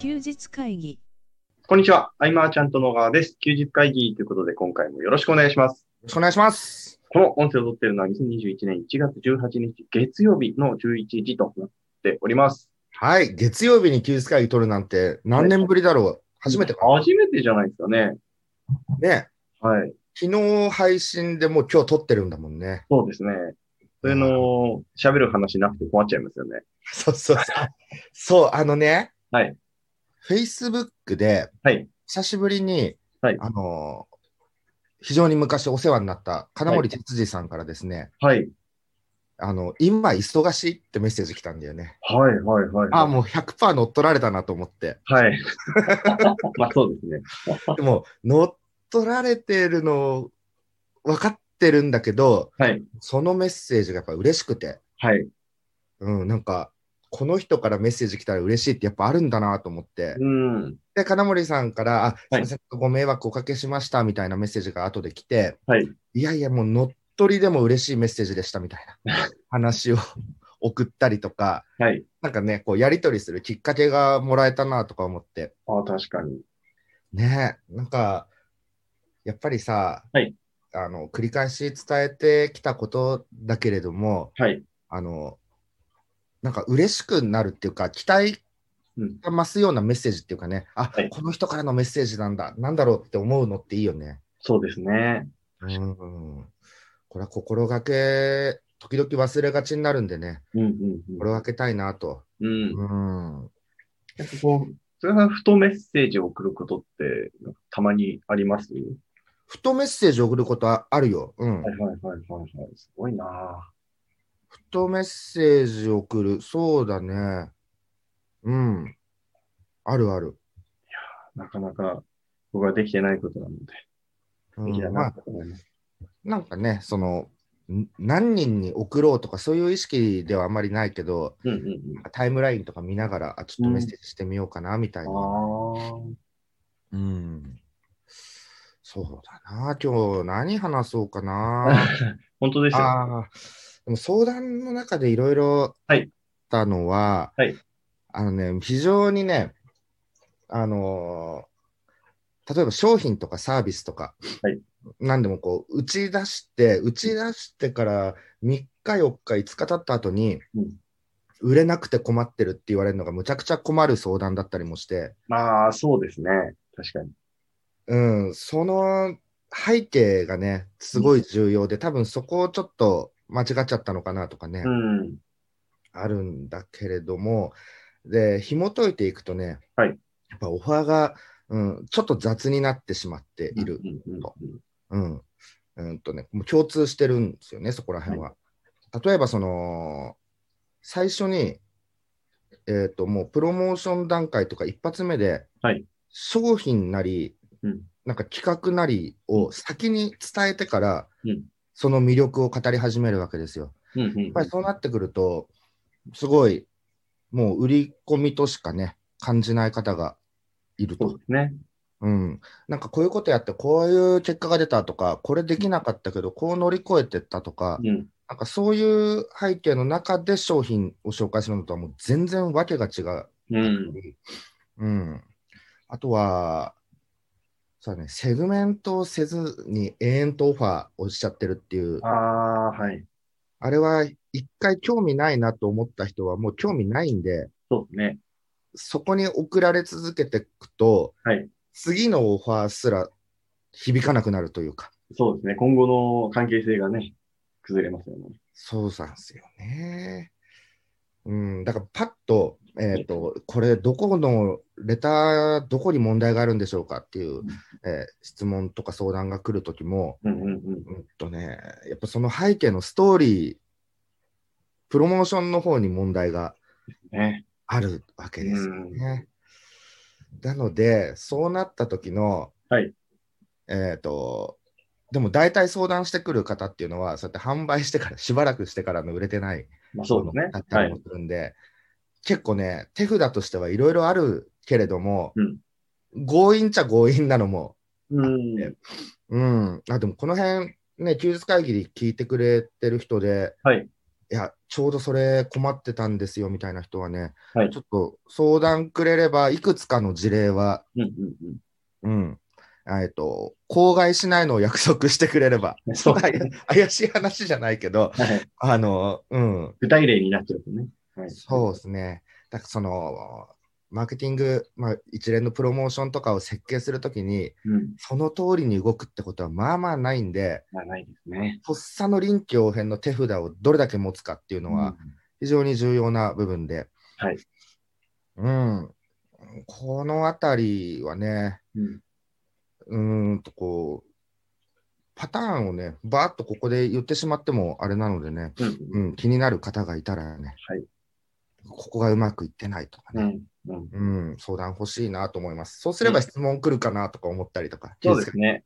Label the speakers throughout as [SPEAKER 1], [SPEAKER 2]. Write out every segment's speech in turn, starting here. [SPEAKER 1] 休日会議。
[SPEAKER 2] こんにちは。アイマーちゃんと野川です。休日会議ということで、今回もよろしくお願いします。
[SPEAKER 3] よろしくお願いします。
[SPEAKER 2] この音声を撮っているのは2021年1月18日月曜日の11時となっております。
[SPEAKER 3] はい。月曜日に休日会議取るなんて何年ぶりだろう初めてか
[SPEAKER 2] 初めてじゃないですかね。
[SPEAKER 3] ね。
[SPEAKER 2] はい。
[SPEAKER 3] 昨日配信でもう今日撮ってるんだもんね。
[SPEAKER 2] そうですね。それの、喋る話なくて困っちゃいますよね。
[SPEAKER 3] そうそうそう。そう、あのね。
[SPEAKER 2] はい。
[SPEAKER 3] Facebook で
[SPEAKER 2] はい。
[SPEAKER 3] 久しぶりに、
[SPEAKER 2] はい
[SPEAKER 3] あのー非常に昔お世話になった金森哲司さんからですね、
[SPEAKER 2] はい。
[SPEAKER 3] あの、今忙しいってメッセージ来たんだよね。
[SPEAKER 2] はい、はい、はい。
[SPEAKER 3] あ、もう100%乗っ取られたなと思って。
[SPEAKER 2] はい。 まあそうですね。
[SPEAKER 3] でも、乗っ取られてるの分かってるんだけど、
[SPEAKER 2] はい。
[SPEAKER 3] そのメッセージがやっぱ嬉しくて、
[SPEAKER 2] はい。
[SPEAKER 3] うん、なんか、この人からメッセージ来たら嬉しいってやっぱあるんだなと思って、
[SPEAKER 2] うん。
[SPEAKER 3] で、金森さんから、あ、すいません、ご迷惑おかけしましたみたいなメッセージが後で来て、
[SPEAKER 2] はい。
[SPEAKER 3] いやいや、もう乗っ取りでも嬉しいメッセージでしたみたいな 話を送ったりとか、
[SPEAKER 2] はい。
[SPEAKER 3] なんかね、こうやり取りするきっかけがもらえたなとか思って、
[SPEAKER 2] あ、確かに。
[SPEAKER 3] ねえ、なんか、やっぱりさ、
[SPEAKER 2] はい
[SPEAKER 3] あの繰り返し伝えてきたことだけれども、
[SPEAKER 2] はい。
[SPEAKER 3] あの、なんか嬉しくなるっていうか、期待
[SPEAKER 2] うん
[SPEAKER 3] が増すようなメッセージっていうかね、あ、
[SPEAKER 2] はい
[SPEAKER 3] この人からのメッセージなんだ、なんだろうって思うのっていいよね。
[SPEAKER 2] そうですね。
[SPEAKER 3] うん。これは心がけ、時々忘れがちになるんでね、
[SPEAKER 2] うん、うん、
[SPEAKER 3] 心がけたいなと。
[SPEAKER 2] うん。うん。
[SPEAKER 3] うん。
[SPEAKER 2] なんかこう、それがふとメッセージを送ることって、たまにあります
[SPEAKER 3] ふとメッセージを送ることはあるよ。うん。
[SPEAKER 2] はいはいはいはいはい。すごいなぁ
[SPEAKER 3] ふとメッセージを送る。そうだね。うん。あるある。
[SPEAKER 2] なかなか僕はできてないことなので。
[SPEAKER 3] う
[SPEAKER 2] できて
[SPEAKER 3] ん、ま
[SPEAKER 2] な
[SPEAKER 3] あ
[SPEAKER 2] い、こと思います。
[SPEAKER 3] なんかね、その、ん何人に送ろうとか、そういう意識ではあんまりないけど、
[SPEAKER 2] うんうん
[SPEAKER 3] タイムラインとか見ながら、あちょっとメッセージしてみようかな、みたいな。
[SPEAKER 2] うん。あ
[SPEAKER 3] うん。そうだな、今日何話そうかな。
[SPEAKER 2] あ。本当ですよ。
[SPEAKER 3] あーでも相談の中でいろいろあ
[SPEAKER 2] は
[SPEAKER 3] っ
[SPEAKER 2] い
[SPEAKER 3] たのは、
[SPEAKER 2] はい
[SPEAKER 3] あのね、非常にね、あのー例えば商品とかサービスとか、
[SPEAKER 2] はい
[SPEAKER 3] 何でもこう打ち出して、打ち出してから3日、4日、5日経った後に、
[SPEAKER 2] うん
[SPEAKER 3] 売れなくて困ってるって言われるのがむちゃくちゃ困る相談だったりもして、
[SPEAKER 2] まあ、そうですね。確かに。
[SPEAKER 3] うん、その背景がね、すごい重要で、多分そこをちょっと間違っちゃったのかなとかね。
[SPEAKER 2] うん。
[SPEAKER 3] あるんだけれども、で、紐解いていくとね、
[SPEAKER 2] はい
[SPEAKER 3] やっぱオファーが、うん、ちょっと雑になってしまっている。
[SPEAKER 2] うんうんうん
[SPEAKER 3] うん。うんとね、もう共通してるんですよね、そこら辺は。例えば、その、最初に、えっ、と、もうプロモーション段階とか一発目で、
[SPEAKER 2] はい
[SPEAKER 3] 商品なり、
[SPEAKER 2] うん
[SPEAKER 3] なんか企画なりを先に伝えてから、
[SPEAKER 2] うん
[SPEAKER 3] その魅力を語り始めるわけですよ。
[SPEAKER 2] うんうんうん
[SPEAKER 3] やっぱりそうなってくると、すごい、もう売り込みとしかね、感じない方がいる
[SPEAKER 2] そう
[SPEAKER 3] と
[SPEAKER 2] で。すね。
[SPEAKER 3] うん。なんかこういうことやって、こういう結果が出たとか、これできなかったけど、こう乗り越えてったとか、
[SPEAKER 2] うん。
[SPEAKER 3] なんかそういう背景の中で商品を紹介するのとはもう全然わけが違う。
[SPEAKER 2] うん。
[SPEAKER 3] うん。あとは、そうだね、セグメントをせずに永遠とオファーをしちゃってるっていう
[SPEAKER 2] あ。あ、はい。
[SPEAKER 3] あれは一回興味ないなと思った人はもう興味ないんで、
[SPEAKER 2] そうですね。
[SPEAKER 3] そこに送られ続けていくと、
[SPEAKER 2] はい。
[SPEAKER 3] 次のオファーすら響かなくなるというか、
[SPEAKER 2] そうですね。今後の関係性がね、崩れますよね。
[SPEAKER 3] そうなんですよね。うん、だからパッと、えっ、と、これ、どこのレター、どこに問題があるんでしょうかっていう、えー質問とか相談が来るときも、
[SPEAKER 2] うんうんうん。
[SPEAKER 3] うんとね、やっぱその背景のストーリー、プロモーションの方に問題が
[SPEAKER 2] ね。
[SPEAKER 3] あるわけですよ
[SPEAKER 2] うん
[SPEAKER 3] ね。なので、そうなった時の、
[SPEAKER 2] はい
[SPEAKER 3] えっ、と、でも大体相談してくる方っていうのは、そうやって販売してから、しばらくしてからの売れてない
[SPEAKER 2] まあそうですね
[SPEAKER 3] だっ。た
[SPEAKER 2] は
[SPEAKER 3] り
[SPEAKER 2] い
[SPEAKER 3] も。するんで、結構ね、手札としてはいろいろあるけれども、
[SPEAKER 2] うん
[SPEAKER 3] 強引っちゃ強引なのも、
[SPEAKER 2] うん。
[SPEAKER 3] うん、あでもこの辺、ね、休日会議で聞いてくれてる人で、
[SPEAKER 2] はい。
[SPEAKER 3] いや、ちょうどそれ困ってたんですよみたいな人はね、
[SPEAKER 2] はい
[SPEAKER 3] ちょっと相談くれれば、いくつかの事例は、
[SPEAKER 2] うんうん
[SPEAKER 3] うん、えっと、口外しないのを約束してくれれ ば、
[SPEAKER 2] うん。そう。は
[SPEAKER 3] はいい。怪しい話じゃないけど、あの、うん、
[SPEAKER 2] 具体例になっちゃうとね。はい。
[SPEAKER 3] そうですね。だからそのマーケティング、まあ、一連のプロモーションとかを設計するときに、
[SPEAKER 2] う。うん。
[SPEAKER 3] その通りに動くってことはまあまあないんで、
[SPEAKER 2] まあないですね。
[SPEAKER 3] 発作の臨機応変の手札をどれだけ持つかっていうのは非常に重要な部分で、
[SPEAKER 2] はい
[SPEAKER 3] うん、このあたりはね、
[SPEAKER 2] うん。うん。
[SPEAKER 3] うーんとこう、パターンをね、ばーっとここで言ってしまってもあれなのでね、
[SPEAKER 2] うん
[SPEAKER 3] うん、気になる方がいたらね、
[SPEAKER 2] はい
[SPEAKER 3] ここがうまくいってないとかね、
[SPEAKER 2] うん。うん。
[SPEAKER 3] うん、相談欲しいなと思います。そうすれば質問来るかなとか思ったりとか。
[SPEAKER 2] そうです ね。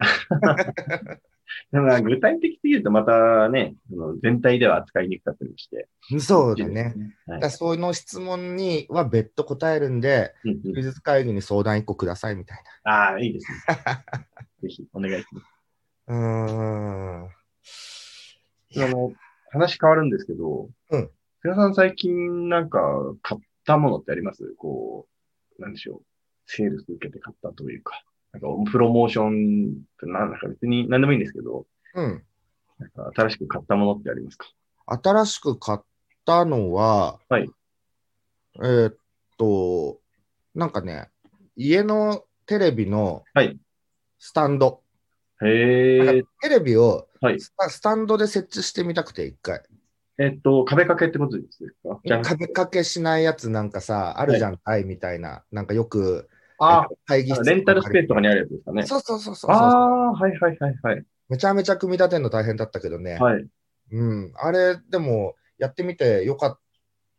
[SPEAKER 2] だから具体的すぎるとまたね、その全体では扱いにくかったりして。
[SPEAKER 3] そうだね。。
[SPEAKER 2] は
[SPEAKER 3] だ
[SPEAKER 2] い
[SPEAKER 3] から。その質問には別途答えるんで、
[SPEAKER 2] うんうん
[SPEAKER 3] 休日会議に相談1個くださいみたい
[SPEAKER 2] ああ、いいです ね。ぜひお願いします。
[SPEAKER 3] な。うーん。い
[SPEAKER 2] あ
[SPEAKER 3] や
[SPEAKER 2] の、話変わるんですけど、
[SPEAKER 3] うん。
[SPEAKER 2] 皆さん最近なんか買ったものってありますこう、なんでしょう。セールス受けて買ったというか、なんかプロモーションってなんだか別に何でもいいんですけど、
[SPEAKER 3] うん。
[SPEAKER 2] なんか新しく買ったものってありますか
[SPEAKER 3] 新しく買ったのは、
[SPEAKER 2] はい
[SPEAKER 3] えーっと、なんかね、家のテレビの
[SPEAKER 2] はい
[SPEAKER 3] スタンド。
[SPEAKER 2] へえ、
[SPEAKER 3] テレビを
[SPEAKER 2] はい。
[SPEAKER 3] スタスタンドで設置してみたくて、一回。
[SPEAKER 2] えっと、壁掛けってことですかじゃなくて
[SPEAKER 3] 壁掛けしないやつなんかさ、あるじゃん、タイみたいな、なんかよく、
[SPEAKER 2] あ
[SPEAKER 3] 会議
[SPEAKER 2] あ、
[SPEAKER 3] 室
[SPEAKER 2] レンタルスペースとかにある
[SPEAKER 3] る
[SPEAKER 2] やつですかね。
[SPEAKER 3] そうそうそうそう
[SPEAKER 2] あ
[SPEAKER 3] そう。
[SPEAKER 2] あ、はいはいはいはい。
[SPEAKER 3] めちゃめちゃ組み立てるの大変だったけどね、
[SPEAKER 2] はい。
[SPEAKER 3] うん、あれ、でも、やってみてよかっ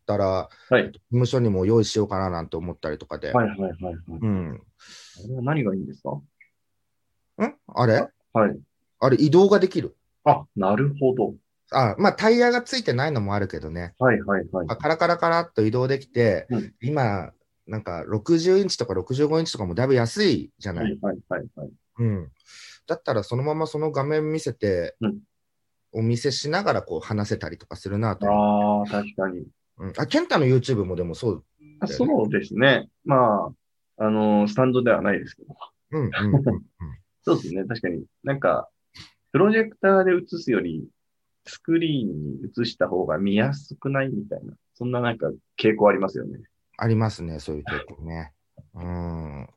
[SPEAKER 3] たら、
[SPEAKER 2] はい
[SPEAKER 3] 事務所にも用意しようかななんて思ったりとかで、
[SPEAKER 2] はいはいはいはい。
[SPEAKER 3] うん、
[SPEAKER 2] あれは何がいいんですか
[SPEAKER 3] んあれ
[SPEAKER 2] はい。
[SPEAKER 3] あれ、移動ができる。
[SPEAKER 2] あ、なるほど。
[SPEAKER 3] あまあ、タイヤがついてないのもあるけどね、
[SPEAKER 2] はいはいはい。
[SPEAKER 3] あカラカラカラっと移動できて、
[SPEAKER 2] うん
[SPEAKER 3] 今、なんか60インチとか65インチとかもだいぶ安いじゃない。
[SPEAKER 2] はいはいはいはい。
[SPEAKER 3] うん、だったらそのままその画面見せて、
[SPEAKER 2] うん
[SPEAKER 3] お見せしながらこう話せたりとかするなと。
[SPEAKER 2] ああ、確かに。
[SPEAKER 3] うん、あ、健太の YouTube もでもそう。
[SPEAKER 2] あそうですね。まあ、あのースタンドではないですけど。
[SPEAKER 3] うんうんうんうん、
[SPEAKER 2] そうですね。確かになんか、プロジェクターで映すより、スクリーンに映した方が見やすくないみたいな、そんななんか傾向ありますよね。
[SPEAKER 3] ありますね、そういうとこね。うん。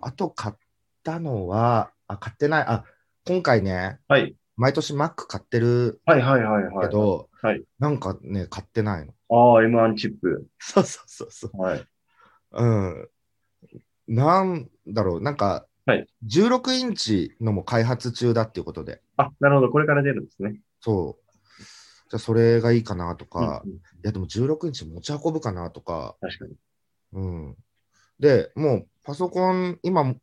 [SPEAKER 3] あと買ったのは、あ、買ってない。あ、今回ね、
[SPEAKER 2] はい。
[SPEAKER 3] 毎年 Mac 買ってる
[SPEAKER 2] はいはいはいは
[SPEAKER 3] け
[SPEAKER 2] い。
[SPEAKER 3] ど、
[SPEAKER 2] はいはい
[SPEAKER 3] なんかね、買ってない の。
[SPEAKER 2] ああ、M1 チップ。
[SPEAKER 3] そうそうそうそう。
[SPEAKER 2] はい。
[SPEAKER 3] うん。なんだろう、なんか、
[SPEAKER 2] はい
[SPEAKER 3] 16インチのも開発中だっていうことで。
[SPEAKER 2] あ、なるほど。これから出るんですね。
[SPEAKER 3] そう。じゃあそれがいいかなと
[SPEAKER 2] うんうん
[SPEAKER 3] か、いやでも16インチ持ち運ぶかなとか、
[SPEAKER 2] 確かに。
[SPEAKER 3] うん。で、もうパソコン、今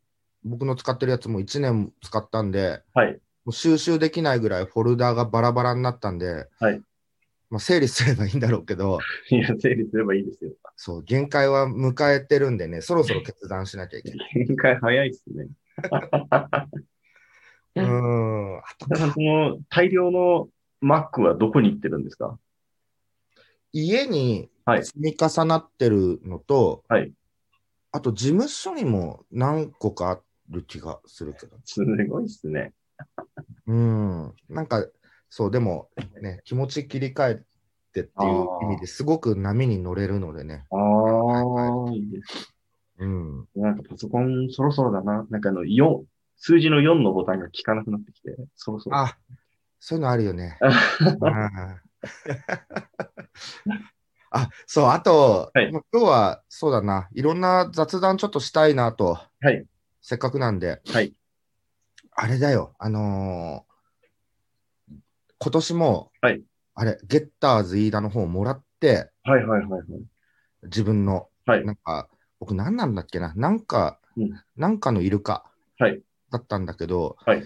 [SPEAKER 3] 僕の使ってるやつも1年使ったんで、
[SPEAKER 2] はい。
[SPEAKER 3] もう収集できないぐらいフォルダーがバラバラになったんで、
[SPEAKER 2] はい
[SPEAKER 3] まあ、整理すればいいんだろうけど、
[SPEAKER 2] いや、整理すればいいですよ。
[SPEAKER 3] そう、限界は迎えてるんでね、そろそろ決断しなきゃいけない。
[SPEAKER 2] 展開早いっすね。う
[SPEAKER 3] う
[SPEAKER 2] ん
[SPEAKER 3] ん。あと
[SPEAKER 2] 皆さん、その大量の Mac はどこに行ってるんですか
[SPEAKER 3] 家に
[SPEAKER 2] はい
[SPEAKER 3] 積み重なってるのと、
[SPEAKER 2] はい
[SPEAKER 3] あと事務所にも何個かある気がするけど、
[SPEAKER 2] すごいっすね。
[SPEAKER 3] うん、なんかそう、でもね、気持ち切り替えてっていう意味ですごく波に乗れるのでね、
[SPEAKER 2] あ
[SPEAKER 3] は
[SPEAKER 2] あ、いいです。
[SPEAKER 3] うん、
[SPEAKER 2] なんかパソコンそろそろだな。なんかあの、4、数字の4のボタンが効かなくなってきて、そろそろ。
[SPEAKER 3] あそういうのある よね。あ あ、そう、あと、
[SPEAKER 2] はい
[SPEAKER 3] まあ今日はそうだな、いろんな雑談ちょっとしたいなと、
[SPEAKER 2] はい
[SPEAKER 3] せっかくなんで、
[SPEAKER 2] はい
[SPEAKER 3] あれだよ、あのー今年も、
[SPEAKER 2] はい
[SPEAKER 3] あれ、ゲッターズ飯田の方もらって、
[SPEAKER 2] はいはいはいはい。
[SPEAKER 3] 自分の、
[SPEAKER 2] はい
[SPEAKER 3] なんか、僕、何なんだっけな、なんか、
[SPEAKER 2] うん
[SPEAKER 3] なんかのイルカ
[SPEAKER 2] はい
[SPEAKER 3] だったんだけど、
[SPEAKER 2] はい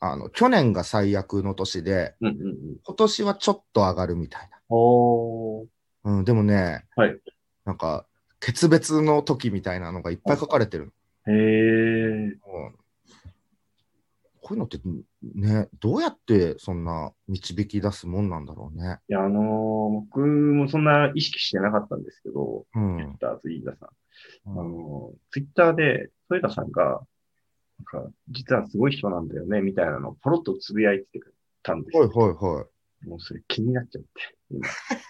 [SPEAKER 3] あの去年が最悪の年で、
[SPEAKER 2] うんうんうん。
[SPEAKER 3] 今年はちょっと上がるみたい
[SPEAKER 2] おー。
[SPEAKER 3] な。うん、でもね、
[SPEAKER 2] はい
[SPEAKER 3] なんか、決別の時みたいなのがいっぱい書かれてる。
[SPEAKER 2] へえ。
[SPEAKER 3] うんこういうのってね、どうやってそんな導き出すもんなんだろうね。
[SPEAKER 2] いや、あのー僕もそんな意識してなかったんですけど、
[SPEAKER 3] う
[SPEAKER 2] ツイッ
[SPEAKER 3] ん。
[SPEAKER 2] ター、ツイーダさん。
[SPEAKER 3] う
[SPEAKER 2] あ
[SPEAKER 3] ん
[SPEAKER 2] の、ツイッターで、トヨタさんが、なんか、実はすごい人なんだよね、みたいなのをポロッとつぶやいてたんです
[SPEAKER 3] はい
[SPEAKER 2] よ。
[SPEAKER 3] はいはい。
[SPEAKER 2] もうそれ気になっちゃって、今。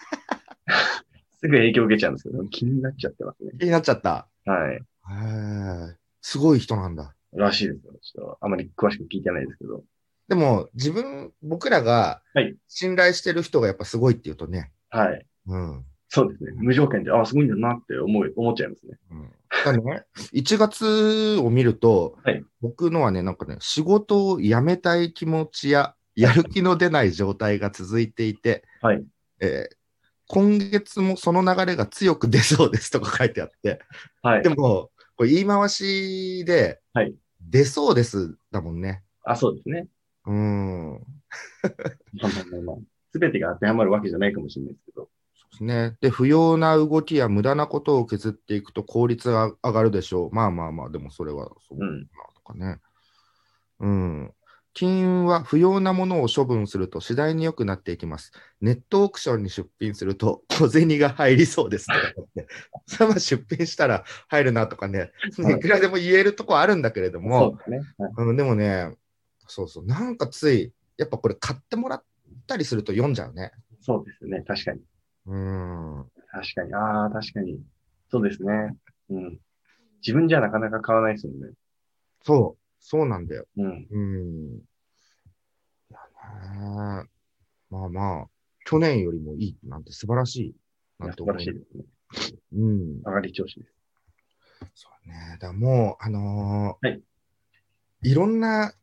[SPEAKER 2] すぐ影響受けちゃうんですけど、気になっちゃってますね。
[SPEAKER 3] 気になっちゃった。
[SPEAKER 2] はい。
[SPEAKER 3] へーすごい人なんだ。
[SPEAKER 2] らしいですよ。ちょっと、あまり詳しく聞いてないですけど。
[SPEAKER 3] でも、自分、僕らが
[SPEAKER 2] はい
[SPEAKER 3] 信頼してる人がやっぱすごいっていうとね、
[SPEAKER 2] はい。
[SPEAKER 3] うん。
[SPEAKER 2] そうですね。無条件で、あ、すごいんだなって思い、思っちゃいますね。
[SPEAKER 3] うんだね、1月を見ると、
[SPEAKER 2] はい
[SPEAKER 3] 僕のはね、なんかね、仕事を辞めたい気持ちや、やる気の出ない状態が続いていて、
[SPEAKER 2] はい。
[SPEAKER 3] えー今月もその流れが強く出そうですとか書いてあって、
[SPEAKER 2] はい
[SPEAKER 3] で。も、これ言い回しで、
[SPEAKER 2] はい
[SPEAKER 3] 出そうですだもんね。
[SPEAKER 2] あ、そうですね。
[SPEAKER 3] うん。
[SPEAKER 2] まあまあまあまあ。すべてが当てはまるわけじゃないかもしれないですけど。
[SPEAKER 3] そうですね。で、不要な動きや無駄なことを削っていくと効率が上がるでしょう。まあまあまあ、でもそれはそう
[SPEAKER 2] う。
[SPEAKER 3] だなんとかね。うん。金運は不要なものを処分すると次第に良くなっていきます。ネットオークションに出品すると小銭が入りそうですとか言って。それはまあ出品したら入るなとかね、
[SPEAKER 2] はい
[SPEAKER 3] いくらでも言えるとこあるんだけれど
[SPEAKER 2] そ
[SPEAKER 3] も
[SPEAKER 2] う、ですね。はい
[SPEAKER 3] うん、でもね、そうそう、なんかつい、やっぱこれ買ってもらったりすると読んじゃうね。
[SPEAKER 2] そうですね。確かに。
[SPEAKER 3] うん。
[SPEAKER 2] 確かに。ああ、確かに。そうですね。うん。自分じゃなかなか買わないですよね。
[SPEAKER 3] そう、そうなんだよ。
[SPEAKER 2] うん。
[SPEAKER 3] うん。だね。まあまあ、去年よりもいいなんて素晴らしい。なんて
[SPEAKER 2] 素
[SPEAKER 3] 思
[SPEAKER 2] 晴
[SPEAKER 3] う
[SPEAKER 2] らしいですね。
[SPEAKER 3] うん。
[SPEAKER 2] 上がり調子です。
[SPEAKER 3] そうね。だからもう、あのー
[SPEAKER 2] はい
[SPEAKER 3] いろんな、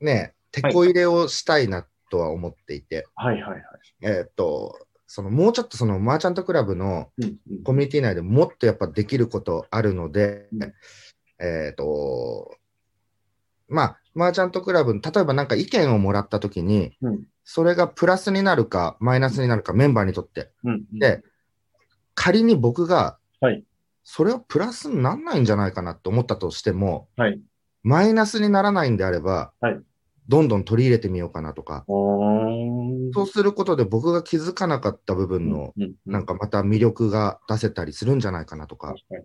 [SPEAKER 3] ね、手こ入れをしたいなとは思っていて、
[SPEAKER 2] はいはいはい。
[SPEAKER 3] えーっと、その、もうちょっとその、マーチャントクラブの
[SPEAKER 2] うんうん
[SPEAKER 3] コミュニティ内でもっとやっぱできることあるので、
[SPEAKER 2] うん
[SPEAKER 3] えっ、と、まあ、マーチャントクラブ、例えばなんか意見をもらったときに、
[SPEAKER 2] うん
[SPEAKER 3] それがプラスになるかマイナスになるかメンバーにとって、
[SPEAKER 2] うんうん。
[SPEAKER 3] で仮に僕が、
[SPEAKER 2] はい
[SPEAKER 3] それをプラスにならないんじゃないかなと思ったとしても、
[SPEAKER 2] はい。
[SPEAKER 3] マイナスにならないんであれば、
[SPEAKER 2] はい
[SPEAKER 3] どんどん取り入れてみようかなとか、
[SPEAKER 2] おー
[SPEAKER 3] そうすることで僕が気づかなかった部分の、
[SPEAKER 2] うんう
[SPEAKER 3] なんかまた魅力が出せたりするんじゃないかなとか
[SPEAKER 2] 確、かに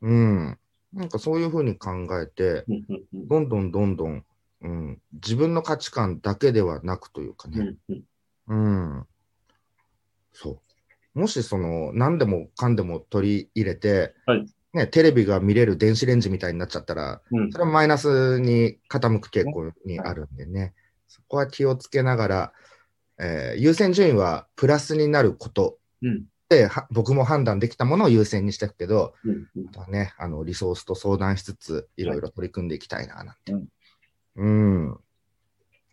[SPEAKER 3] うん。なんかそういうふうに考えて、
[SPEAKER 2] うんうんうん
[SPEAKER 3] どんどんどんどん、うん、自分の価値観だけではなくというか
[SPEAKER 2] う
[SPEAKER 3] ね、
[SPEAKER 2] んうん
[SPEAKER 3] うん。そう。もしその、何でもかんでも取り入れて、
[SPEAKER 2] はい
[SPEAKER 3] ね、テレビが見れる電子レンジみたいになっちゃったら、
[SPEAKER 2] うん
[SPEAKER 3] それはマイナスに傾く傾向にあるんでね、そこは気をつけながら、えー優先順位はプラスになること
[SPEAKER 2] うん
[SPEAKER 3] で、は僕も判断できたものを優先にしていくけど、
[SPEAKER 2] うんうん
[SPEAKER 3] またね、あのリソースと相談しつつ、いろいろ取り組んでいきたいな、なんて。
[SPEAKER 2] うん
[SPEAKER 3] うん。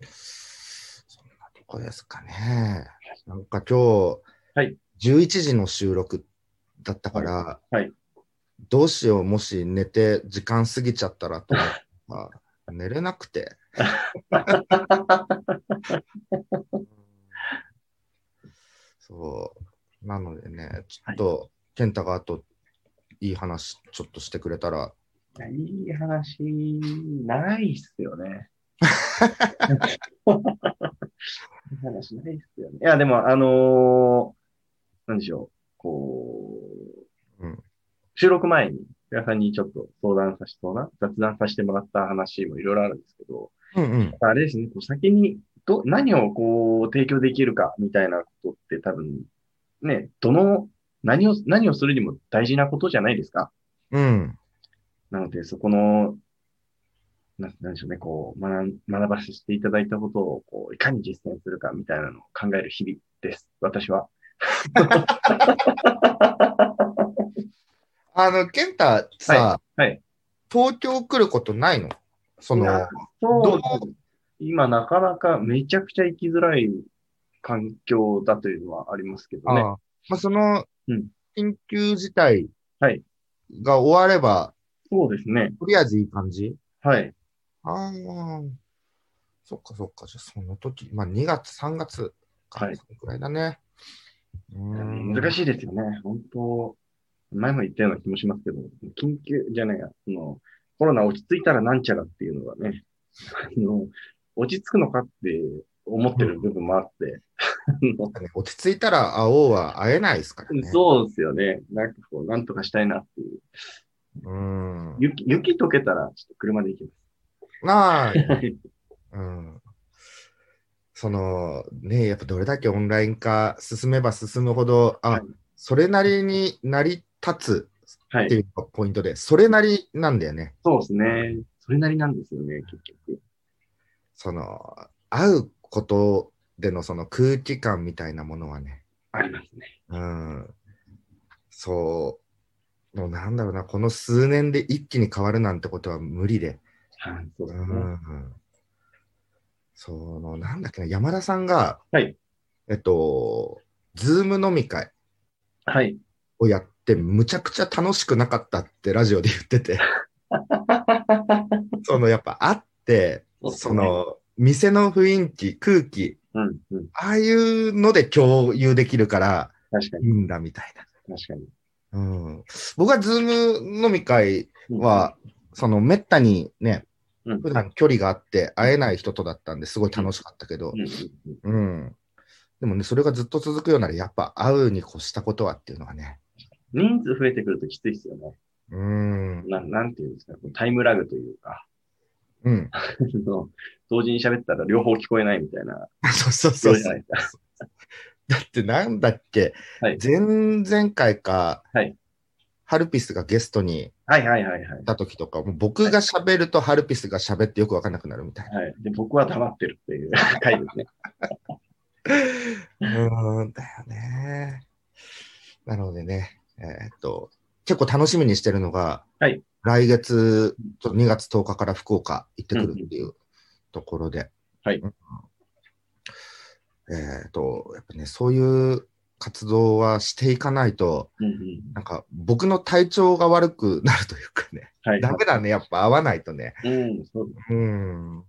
[SPEAKER 3] そんなとこですかね。なんか今日、
[SPEAKER 2] はい
[SPEAKER 3] 11時の収録だったから、
[SPEAKER 2] はい
[SPEAKER 3] どうしよう、もし寝て時間過ぎちゃったらと思って、まあ 寝れなくて。そう。なのでね、ちょっと、健太があと、いい話、ちょっとしてくれたら、
[SPEAKER 2] いい話、ないっすよね。いい話ないっすよね。いや、でも、あのー、なんでしょう。こう、
[SPEAKER 3] うん
[SPEAKER 2] 収録前に、皆さんにちょっと相談させそうな、雑談させてもらった話もいろいろあるんですけど、
[SPEAKER 3] うんうん、
[SPEAKER 2] あれですね、こう先にど、何をこう、提供できるかみたいなことって多分、ね、どの、何を、何をするにも大事なことじゃないですか。
[SPEAKER 3] うん、
[SPEAKER 2] なので、そこの、ななんでしょうね、こう、学ん学ばせていただいたことを、こう、いかに実践するかみたいなのを考える日々です。私は。
[SPEAKER 3] あの、健太さ、
[SPEAKER 2] はいはい
[SPEAKER 3] 東京来ることないのそ
[SPEAKER 2] い
[SPEAKER 3] の
[SPEAKER 2] や、そうう。今、なかなかめちゃくちゃ生きづらい環境だというのはありますけどね。
[SPEAKER 3] あまあ、その
[SPEAKER 2] うん、
[SPEAKER 3] 緊急事態
[SPEAKER 2] はい
[SPEAKER 3] が終われば、
[SPEAKER 2] そうですね。
[SPEAKER 3] とりあえずいい感じ
[SPEAKER 2] はい。
[SPEAKER 3] ああ、そっかそっか。じゃあその時、まあ2月、3月か、
[SPEAKER 2] はい
[SPEAKER 3] そのくらいだね。うーん
[SPEAKER 2] 難
[SPEAKER 3] い。
[SPEAKER 2] しいですよね。本当、前も言ったような気もしますけど、緊急じゃないや、その、コロナ落ち着いたらなんちゃらっていうのがね、 あの、落ち着くのかって思ってる部分もあって、あの
[SPEAKER 3] 落ち着いたら会おうは会えないですからね。
[SPEAKER 2] そうですよね。なんかこう、なんとかしたいなっていう。
[SPEAKER 3] うん。
[SPEAKER 2] 雪、雪溶けたら、ちょっと車で行きま
[SPEAKER 3] まあ、
[SPEAKER 2] す。
[SPEAKER 3] うん。その、ね、やっぱどれだけオンライン化進めば進むほど、あ、
[SPEAKER 2] はい
[SPEAKER 3] それなりになり立つ
[SPEAKER 2] は
[SPEAKER 3] って
[SPEAKER 2] い。
[SPEAKER 3] いうのがポイントで、それなりなんだよね。
[SPEAKER 2] そうですね。それなりなんですよね、結局。
[SPEAKER 3] その、会うことでのその空気感みたいなものはね。
[SPEAKER 2] ありますね。
[SPEAKER 3] うん。そう。もうなんだろうな、この数年で一気に変わるなんてことは無理で。
[SPEAKER 2] はい。そう
[SPEAKER 3] う
[SPEAKER 2] ですね。
[SPEAKER 3] ん。その、なんだっけな、山田さんが、
[SPEAKER 2] はい。
[SPEAKER 3] えっと、ズーム飲み会
[SPEAKER 2] はい。
[SPEAKER 3] をやって、むちゃくちゃ楽しくなかったってラジオで言っ てて、その、やっぱ会って、
[SPEAKER 2] そうっす
[SPEAKER 3] そ
[SPEAKER 2] ね
[SPEAKER 3] の、店の雰囲気、空気、
[SPEAKER 2] うん、うん。
[SPEAKER 3] ああいうので共有できるから
[SPEAKER 2] 確か
[SPEAKER 3] い
[SPEAKER 2] に、
[SPEAKER 3] いんだみたいな。
[SPEAKER 2] 確かに。
[SPEAKER 3] うん、僕はズーム飲み会
[SPEAKER 2] うん、
[SPEAKER 3] は、そのめったにね、
[SPEAKER 2] うん
[SPEAKER 3] 普段距離があって会えない人とだったんですごい楽しかったけど
[SPEAKER 2] う、ん、うんうん
[SPEAKER 3] うん。でもね、それがずっと続くようなら、やっぱ会うに越したことはっていうのはね、
[SPEAKER 2] 人数増えてくるときついですよね。
[SPEAKER 3] うん。
[SPEAKER 2] ななんていうんですか、こうタイムラグというか、
[SPEAKER 3] うん。
[SPEAKER 2] あの同時に喋ったら両方聞こえないみたいな。
[SPEAKER 3] そうそうそう
[SPEAKER 2] じゃないですか。
[SPEAKER 3] だってなんだっけ、
[SPEAKER 2] はい
[SPEAKER 3] 前々回か、
[SPEAKER 2] はい
[SPEAKER 3] ハルピスがゲストに
[SPEAKER 2] はいはいはいはい
[SPEAKER 3] い。た時とか、もう僕が喋るとハルピスが喋ってよくわかんなくなるみたいな。
[SPEAKER 2] はい。で、僕は黙ってるっていう 回ですね。
[SPEAKER 3] うーんだよね。なのでね、えーっと、結構楽しみにしてるのが、
[SPEAKER 2] はい
[SPEAKER 3] 来月、ちょっと2月10日から福岡行ってくるっていうところで。
[SPEAKER 2] はい
[SPEAKER 3] うんえーっと、やっぱね、そういう活動はしていかないと、
[SPEAKER 2] うんうん。
[SPEAKER 3] なんか僕の体調が悪くなるというかね、
[SPEAKER 2] はい。
[SPEAKER 3] ダメだね、やっぱ会わないとね。
[SPEAKER 2] うん、そう
[SPEAKER 3] うん。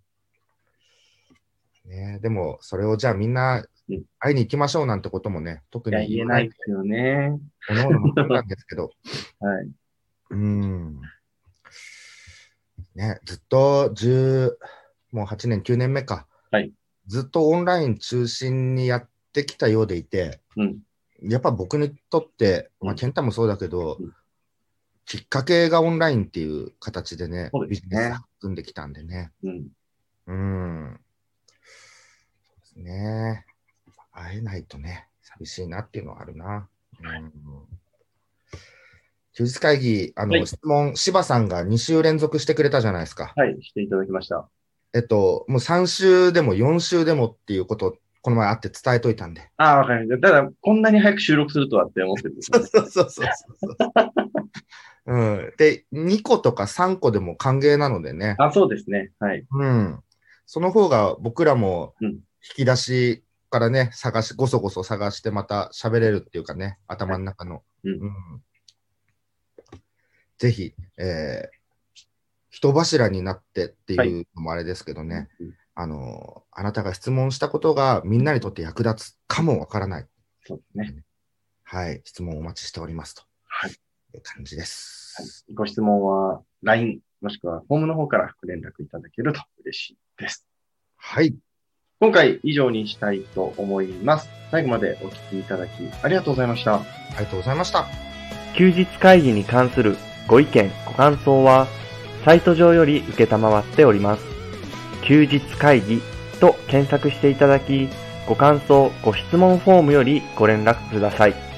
[SPEAKER 3] ね、でも、それをじゃあみんな
[SPEAKER 2] うん
[SPEAKER 3] 会いに行きましょうなんてこともね、特
[SPEAKER 2] いや、
[SPEAKER 3] に
[SPEAKER 2] 言えないですよね。
[SPEAKER 3] おのおのもそうなんですけど、
[SPEAKER 2] はい。
[SPEAKER 3] うん。ね、ずっと10、もう8年、9年目か。
[SPEAKER 2] はい
[SPEAKER 3] ずっとオンライン中心にやってきたようでいて、
[SPEAKER 2] うん。や
[SPEAKER 3] やっぱ僕にとって、ま
[SPEAKER 2] う
[SPEAKER 3] あ、
[SPEAKER 2] ん
[SPEAKER 3] 健太もそうだけど、
[SPEAKER 2] うん
[SPEAKER 3] きっかけがオンラインっていう形でね、
[SPEAKER 2] そうで
[SPEAKER 3] ビ
[SPEAKER 2] す
[SPEAKER 3] ジ
[SPEAKER 2] ね
[SPEAKER 3] ネス組んできたんでね。
[SPEAKER 2] うん。
[SPEAKER 3] うん。そうですね。会えないとね、寂しいなっていうのはあるな。うん。休日会議、あの、
[SPEAKER 2] はい
[SPEAKER 3] 質問、柴さんが2週連続してくれたじゃないですか。
[SPEAKER 2] はい、していただきました。
[SPEAKER 3] えっと、もう3週でも4週でもっていうことを、この前会って伝えといたんで。
[SPEAKER 2] ああ、わかりました。ただ、こんなに早く収録するとはって思ってるんですね、
[SPEAKER 3] そうそうそう そう。うん。で、2個とか3個でも歓迎なのでね。
[SPEAKER 2] あ、そうですね。はい。
[SPEAKER 3] うん。その方が僕らも
[SPEAKER 2] うん
[SPEAKER 3] 引き出しからね、探し、ごそごそ探してまた喋れるっていうかね、頭の中の。
[SPEAKER 2] うん
[SPEAKER 3] ぜひ、えー人柱になってっていうのもあれですけどね、
[SPEAKER 2] うん。
[SPEAKER 3] あの、あなたが質問したことがみんなにとって役立つかもわからない。
[SPEAKER 2] そうですね。
[SPEAKER 3] はい、質問お待ちしておりますと。
[SPEAKER 2] はい
[SPEAKER 3] いう感じです。
[SPEAKER 2] はい、ご質問は LINE もしくはフォームの方からご連絡いただけると嬉しいです。
[SPEAKER 3] はい
[SPEAKER 2] 今回以上にしたいと思います。最後までお聞きいただきありがとうございました。
[SPEAKER 3] ありがとうございました。
[SPEAKER 1] 休日会議に関するご意見、ご感想は、サイト上より受けたまわっております。休日会議と検索していただき、ご感想、ご質問フォームよりご連絡ください。